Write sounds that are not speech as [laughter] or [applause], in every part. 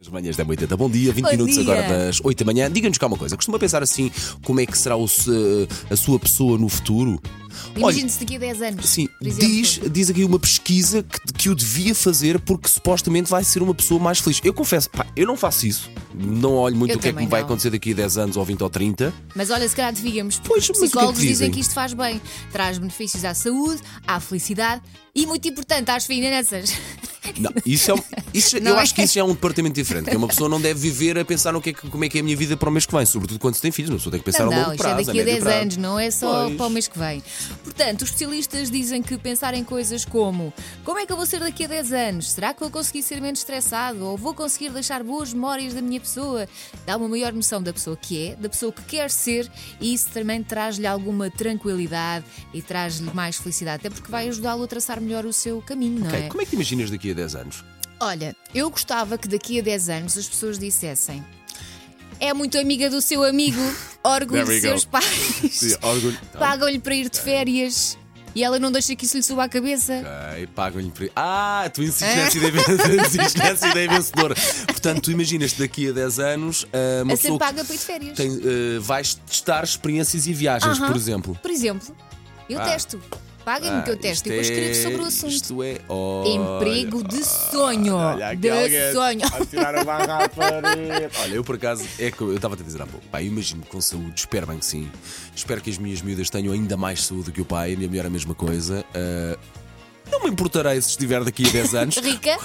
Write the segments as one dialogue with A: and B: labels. A: As manhãs da 80, bom dia, 20
B: Bom
A: minutos
B: dia.
A: agora das 8 da manhã. Diga-nos cá uma coisa, costuma pensar assim como é que será o se- a sua pessoa no futuro? Olha,
B: Imagine-se daqui a 10 anos.
A: sim,
B: por exemplo.
A: diz, diz aqui uma pesquisa que, que eu devia fazer porque supostamente vai ser uma pessoa mais feliz. Eu confesso, pá, eu não faço isso. Não olho muito
B: Eu
A: o que é que
B: também
A: me vai
B: não.
A: acontecer daqui a 10 anos ou 20 ou 30.
B: Mas olha, se calhar devíamos. porque
A: Pois,
B: os
A: mas o que é que
B: psicólogos
A: dizem?
B: dizem que isto faz bem. Traz benefícios à saúde, à felicidade e, muito importante, às finanças.
A: Não, isso
B: [laughs]
A: é, um- isso-
B: Não
A: eu
B: é?
A: acho que isso já é um departamento diferente. Que uma pessoa não deve viver a pensar no que é que- como é que é a minha vida para o mês que vem, sobretudo quando se tem filhos. Uma pessoa tem que pensar
B: não,
A: a
B: não,
A: um longo
B: isto
A: prazo.
B: é daqui a
A: médio
B: 10
A: prazo.
B: anos, não é só
A: Pois.
B: para o mês que vem. Portanto, os especialistas dizem que pensar em coisas como como é que eu vou ser daqui a 10 anos? Será que vou conseguir ser menos estressado? Ou vou conseguir deixar boas memórias da minha pessoa? Dá uma maior noção da pessoa que é, da pessoa que quer ser e isso também traz-lhe alguma tranquilidade e traz-lhe mais felicidade, até porque vai ajudá-lo a traçar melhor o seu caminho, não
A: Ok,
B: é?
A: Como é que te imaginas daqui a 10 anos?
B: Olha, eu gostava que daqui a 10 anos as pessoas dissessem é muito amiga do seu
A: [laughs]
B: amigo, orgulho
A: There we
B: dos seus
A: go.
B: pais,
A: orgulho.
B: pagam-lhe para ir de férias e ela não deixa que isso lhe suba à cabeça.
A: Ok, pagam-lhe por isso. Ah, tu insistes nessa
B: [laughs]
A: ideia, ven- insistes nessa ideia vencedora. Portanto, tu imaginas-te daqui a 10 anos ah, uma
B: A ser
A: pessoa
B: paga para ir de
A: que
B: férias.
A: tem, ah, vais testar experiências e viagens,
B: Aham.
A: por exemplo.
B: Por exemplo, eu
A: Ah.
B: testo. Paguem-me que eu testo e
A: Ah,
B: depois
A: isto
B: escrevo
A: é-
B: sobre o assunto.
A: Isto é. Olha,
B: Emprego de sonho.
A: olha aqui
B: de
A: alguém
B: sonho.
A: a tirar a barra à parede. [laughs] Olha, eu por acaso, é que eu estava a te dizer há pouco, pá, eu imagino com saúde, espero bem que sim. Espero que as minhas miúdas tenham ainda mais saúde que o pai, a minha mulher a mesma coisa. Ah, não me importarei se estiver daqui a 10 anos.
B: Rica,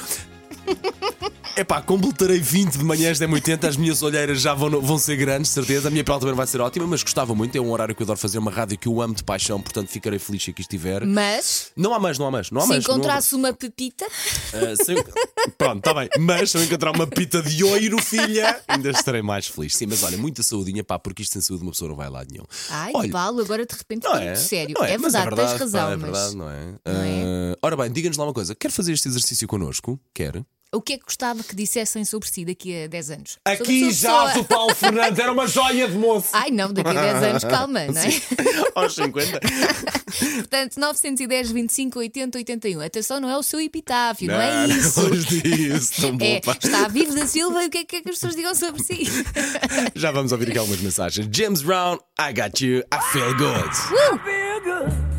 A: É pá, completarei 20 de manhã às 80 as minhas olheiras já vão, vão ser grandes, de certeza. A minha pele também vai ser ótima, mas gostava muito. É um horário que eu adoro fazer, uma rádio que eu amo de paixão, portanto ficarei feliz se aqui estiver.
B: mas
A: Não há mais, não há mais, não há
B: se
A: mais. Oh, não há-
B: encontrasse uma pepita,
A: Uh, se eu- Pronto, está bem. Mas se eu encontrar uma pita de oiro, filha, ainda estarei mais feliz. Sim, mas olha, muita saudinha, pá, porque isto sem saúde uma pessoa não vai lá nenhum.
B: ai,
A: olha,
B: Paulo, agora de repente
A: não
B: fiquei
A: é?
B: muito sério.
A: Não
B: é,
A: mas
B: verdade, tens
A: pá,
B: razão,
A: É
B: mas
A: verdade, não é?
B: é?
A: Uh, ora bem, diga-nos lá uma coisa: quer fazer este exercício connosco? Quer?
B: o que é que gostava que dissessem sobre si daqui a 10 anos? Sobre a
A: Aqui
B: sua
A: já
B: pessoa.
A: o Paulo Fernandes era uma joia de moço.
B: Ai não, daqui a 10 anos, calma, não é?
A: Aos 50.
B: Portanto, 910, 25, 80, 81. Atenção, não é o seu epitáfio, não, é isso.
A: longe disso, tão bom,
B: É,
A: pá.
B: está vivo da Silva e o que é que as pessoas digam sobre si?
A: Já vamos ouvir aqui algumas mensagens. James Brown, I got you, I feel good.
B: Uh!
C: feel good.